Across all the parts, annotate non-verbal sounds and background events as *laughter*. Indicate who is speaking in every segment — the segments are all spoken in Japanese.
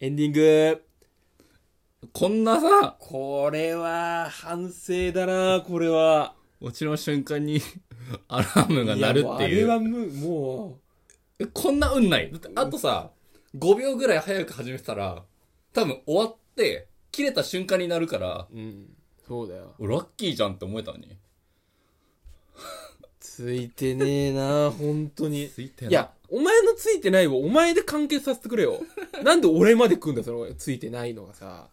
Speaker 1: エンディング。
Speaker 2: こんなさ、
Speaker 1: これは、反省だな、これは。
Speaker 2: 落ちの瞬間に *laughs* アラームが鳴る
Speaker 1: い
Speaker 2: ってい
Speaker 1: や
Speaker 2: う。
Speaker 1: もあれはむ、も
Speaker 2: えこんな運ない。だってあとさ、5秒ぐらい早く始めてたら、多分終わって、切れた瞬間になるから、
Speaker 1: う、うん。そうだよ。
Speaker 2: おラッキーじゃんって思えたのに。
Speaker 1: ついてねえな、本当に。
Speaker 2: ついてない
Speaker 1: や、お前のついてないをお前で完結させてくれよ。なんで俺まで来んだ、その、ついてないのがさ。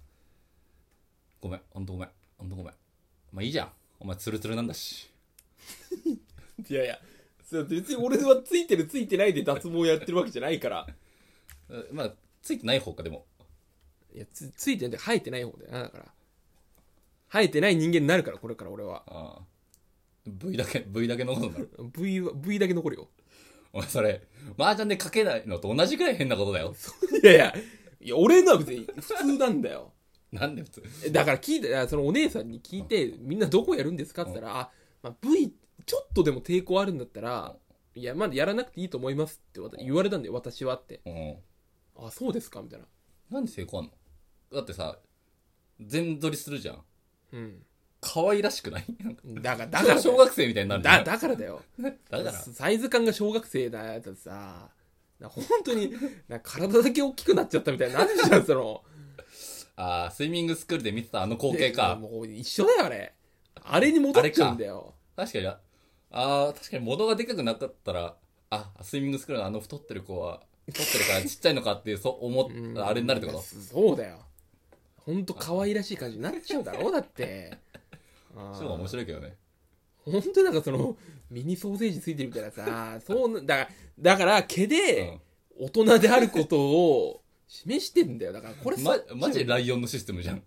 Speaker 2: ごめん、ほんとごめん、ほんとごめん。まあいいじゃん。お前ツルツルなんだし。
Speaker 1: いやいや、そう別に俺はついてるついてないで脱毛やってるわけじゃないから。
Speaker 2: えまあ、ついてない方か、でも。
Speaker 1: いや、つ、ついてないって生えてない方だよな、だから。生えてない人間になるから、これから俺は。
Speaker 2: ああ。V だけ、V だけのことになる。
Speaker 1: V は、V だけ残るよ。
Speaker 2: お前それ、麻雀でかけないのと同じくらい変なことだよ。
Speaker 1: *laughs* いやいや、いや、俺のは別に普通なんだよ。
Speaker 2: なんで普通。
Speaker 1: えだから聞いて、そのお姉さんに聞いて、みんなどこやるんですかって言ったら、あ、まあ、V、ちょっとでも抵抗あるんだったら、いや、まだやらなくていいと思いますってわた言われたんだよ、私はって。
Speaker 2: うん。
Speaker 1: あ、そうですかみたいな。
Speaker 2: なんで成功あんのだってさ、全撮りするじゃん。
Speaker 1: うん。
Speaker 2: 可愛らしくないなんか
Speaker 1: だから、だ
Speaker 2: *laughs*
Speaker 1: からだ
Speaker 2: 小
Speaker 1: よ。
Speaker 2: 学生みたいになるじゃ
Speaker 1: だ、
Speaker 2: ん。だ
Speaker 1: だからだよ。
Speaker 2: から、
Speaker 1: サイズ感が小学生だやつさ、な本当に、な体だけ大きくなっちゃったみたいになってるじゃん、そ
Speaker 2: *laughs*
Speaker 1: の。
Speaker 2: ああ、スイミングスクールで見てたあの光景
Speaker 1: いや
Speaker 2: か。
Speaker 1: もう一緒だよ、あれ。あれに戻っちゃうんだよ。
Speaker 2: 確かに、ああー、確かに元がでかくなかったら、あ、スイミングスクールのあの太ってる子は、太ってるからちっちゃいのかって、そう思
Speaker 1: う
Speaker 2: っ
Speaker 1: ん
Speaker 2: た、あれになるってこと
Speaker 1: そうだよほんと可愛らしい感じになっちゃうだろうだ *laughs* ってあ
Speaker 2: そうが面
Speaker 1: ー
Speaker 2: 白いけどね。
Speaker 1: ほんとなんかそのミニソーセージついてるみたいなさそうなだからだから毛で大人であることを示してんだよだからこれ
Speaker 2: うん。ま、マジライオンのシステムじゃん。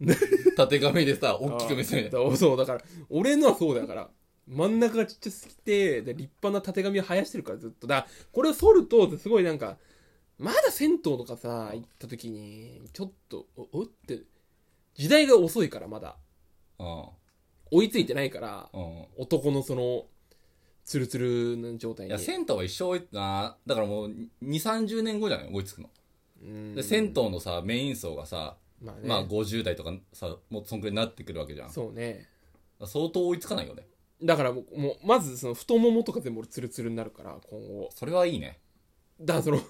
Speaker 2: 縦紙でさ、大きく見せるみたいな。
Speaker 1: るそうだから俺のはそうだから真ん中がちっちゃすぎてで立派なたてがみを生やしてるからずっとだからこれを剃るとすごいなんかまだ銭湯とかさ行った時にちょっとおおって時代が遅いからまだ追いついてないから、
Speaker 2: うん。うん。
Speaker 1: 男のその、ツルツルの状態
Speaker 2: い
Speaker 1: に。
Speaker 2: や、銭湯は一生、あーだからもう、2、30年後じゃない追いつくの。
Speaker 1: うん
Speaker 2: で、銭湯のさ、メイン層がさ、
Speaker 1: まあね。
Speaker 2: まあ50代とかさ、もうそんくらいになってくるわけじゃん。
Speaker 1: そうね。
Speaker 2: 相当追いつかないよね。
Speaker 1: だからもう、もうまずその太ももとか全部俺ツルツルになるから、今後。
Speaker 2: それはいいね。
Speaker 1: だからその、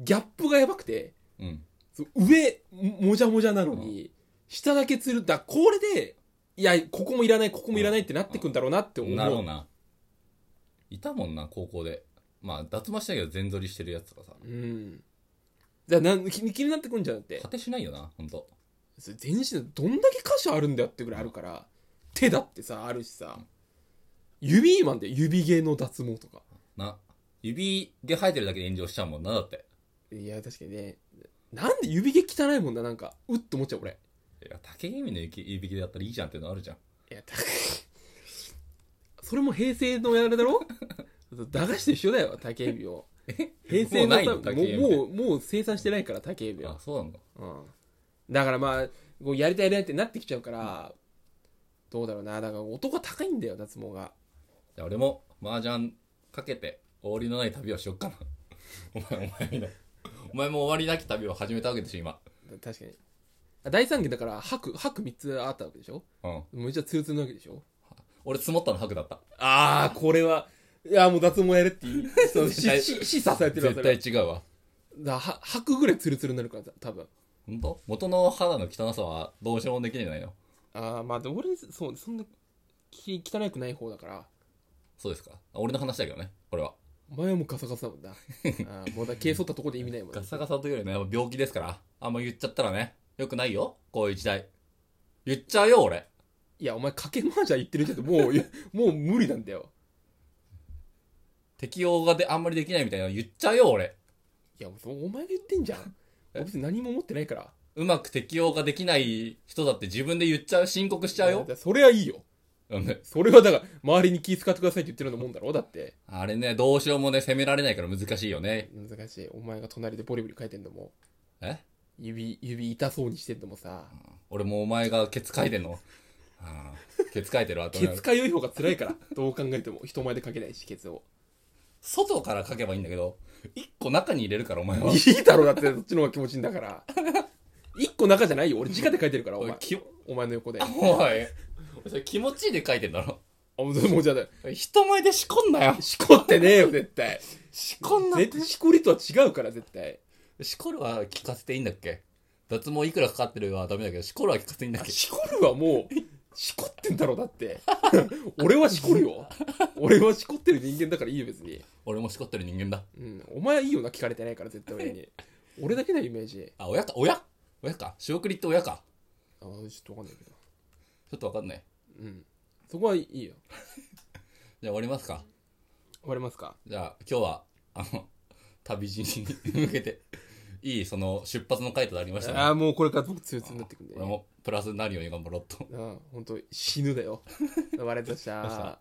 Speaker 1: ギャップがやばくて、
Speaker 2: うん。
Speaker 1: そう上、ももじゃもじゃなのに、下だけツル、だからこれで、いや、ここもいらない、ここもいらないってなってくんだろうなって思う。
Speaker 2: なろうな。いたもんな、高校で。まあ、脱毛したけど全剃りしてるやつとかさ。
Speaker 1: うん。だからなん気に気になってくんじゃなくて
Speaker 2: 果、てしないよな、ほんと。
Speaker 1: そう全身でどんだけ箇所あるんだよってぐらいあるから、手だってさ、あるしさ、指マンで指毛の脱毛とか。
Speaker 2: な。指毛生えてるだけで炎上しちゃうもんな、だって。
Speaker 1: いや、確かにね。なんで指毛汚いもんだ、なんか、うっと思っちゃう、俺。
Speaker 2: いや、竹意味の指指毛だったらいいじゃんっていうのあるじゃん。
Speaker 1: いや、だそれも平成のやれだろ駄菓子と一緒だよ、竹指を。平成
Speaker 2: もう
Speaker 1: の
Speaker 2: ないの
Speaker 1: 多分
Speaker 2: 竹指
Speaker 1: もう、もう、もう生産してないから、竹指は
Speaker 2: あ、。そうなんだ。
Speaker 1: うん。だからまあ、こうやりたいやりたいってなってきちゃうから、どうだろうな。だから男は高いんだよ、脱毛が。
Speaker 2: じゃあ俺も、麻雀かけて、終わりのない旅をしよっかな。 *laughs* お前、お前みたいな。お前も終わりなき旅を始めたわけでしょ、今。
Speaker 1: 確かにあ第三期だから白白3つあったわけでしょ
Speaker 2: うん。
Speaker 1: めっちゃツルツルなわけでしょ
Speaker 2: 俺、積もったの白だった。
Speaker 1: ああこれはいやもう脱毛やれって言うそうし *laughs*
Speaker 2: 絶対
Speaker 1: し示唆されてるわ
Speaker 2: 絶
Speaker 1: そ
Speaker 2: 対
Speaker 1: れ
Speaker 2: 違うわ。
Speaker 1: だは白ぐらいツルツルになるから多分
Speaker 2: ほんと元の肌の汚さはどうしようもできないのよ。
Speaker 1: ああまあでも俺そうそんなき汚くない方だから
Speaker 2: そうですか。あ俺の話だけどね、これは。
Speaker 1: お前はもうガサガサだもん
Speaker 2: *laughs*
Speaker 1: なあーもうだ毛剃ったとこで意味ないもん
Speaker 2: ガサガサというよりね、やっぱ病気ですから。あんま言っちゃったらね、よくないよ、こういう時代。言っちゃうよ、俺。
Speaker 1: いやお前かけ麻雀言ってるけどもういやもう無理なんだよ
Speaker 2: 適応がであんまりできないみたいなの言っちゃうよ、俺。
Speaker 1: いやそうお前が言ってんじゃん俺別に何も持ってないから
Speaker 2: うまく適応ができない人だって自分で言っちゃう、申告しちゃう
Speaker 1: いやだ
Speaker 2: よ
Speaker 1: か。らそれはいいよ
Speaker 2: うん
Speaker 1: それはだから周りに気遣ってくださいって言ってるようなもんだろだって
Speaker 2: あれね、どうしようもね、責められないから難しいよね。
Speaker 1: 難しいお前が隣でボリボリ書いてんのも
Speaker 2: え
Speaker 1: 指指痛そうにしてんのもさ
Speaker 2: 俺もお前がケツ書いてんの。ああケツ書いてる後
Speaker 1: ケツかよい方が辛いからどう考えても人前で書けないしケツを
Speaker 2: 外から書けばいいんだけど、一個中に入れるから、お前は。
Speaker 1: いいだろだってそっちの方が気持ちいいんだから一個中じゃないよ。俺、直で書いてるから、お
Speaker 2: おい
Speaker 1: 前。
Speaker 2: き
Speaker 1: お前の横で。あ、
Speaker 2: おいそれ気持ちいいで書いてんだろ
Speaker 1: もうじゃあ、
Speaker 2: 人前でしこんなよ
Speaker 1: しこってねえよ、絶対。
Speaker 2: しこんな
Speaker 1: 絶対しこりとは違うから、絶対。
Speaker 2: しこるは聞かせていいんだっけ脱毛いくらかかってるはダメだけどしこるは聞かせていいんだっけ
Speaker 1: しこるはもう、しこってんだろ、だって。俺はしこるよ。俺はしこってる人間だからいいよ、別に。
Speaker 2: 俺もしこってる人間だ
Speaker 1: うん。お前はいいよな、聞かれてないから、絶対俺に。俺だけだよ、イメージ。
Speaker 2: あ親か親親か仕送りって親か
Speaker 1: あーちょっとわかんないけど。
Speaker 2: ちょっとわかんない
Speaker 1: うん。そこはいいよ。
Speaker 2: じゃあ終わりますか
Speaker 1: 終わりますか。
Speaker 2: じゃあ今日はあの旅路に向けていいその出発の回となりましたね
Speaker 1: ああ、もうこれから僕、強々になってくんで。
Speaker 2: 俺もプラスになるように頑張ろうと
Speaker 1: ああ、本当死ぬだよ。我々としては。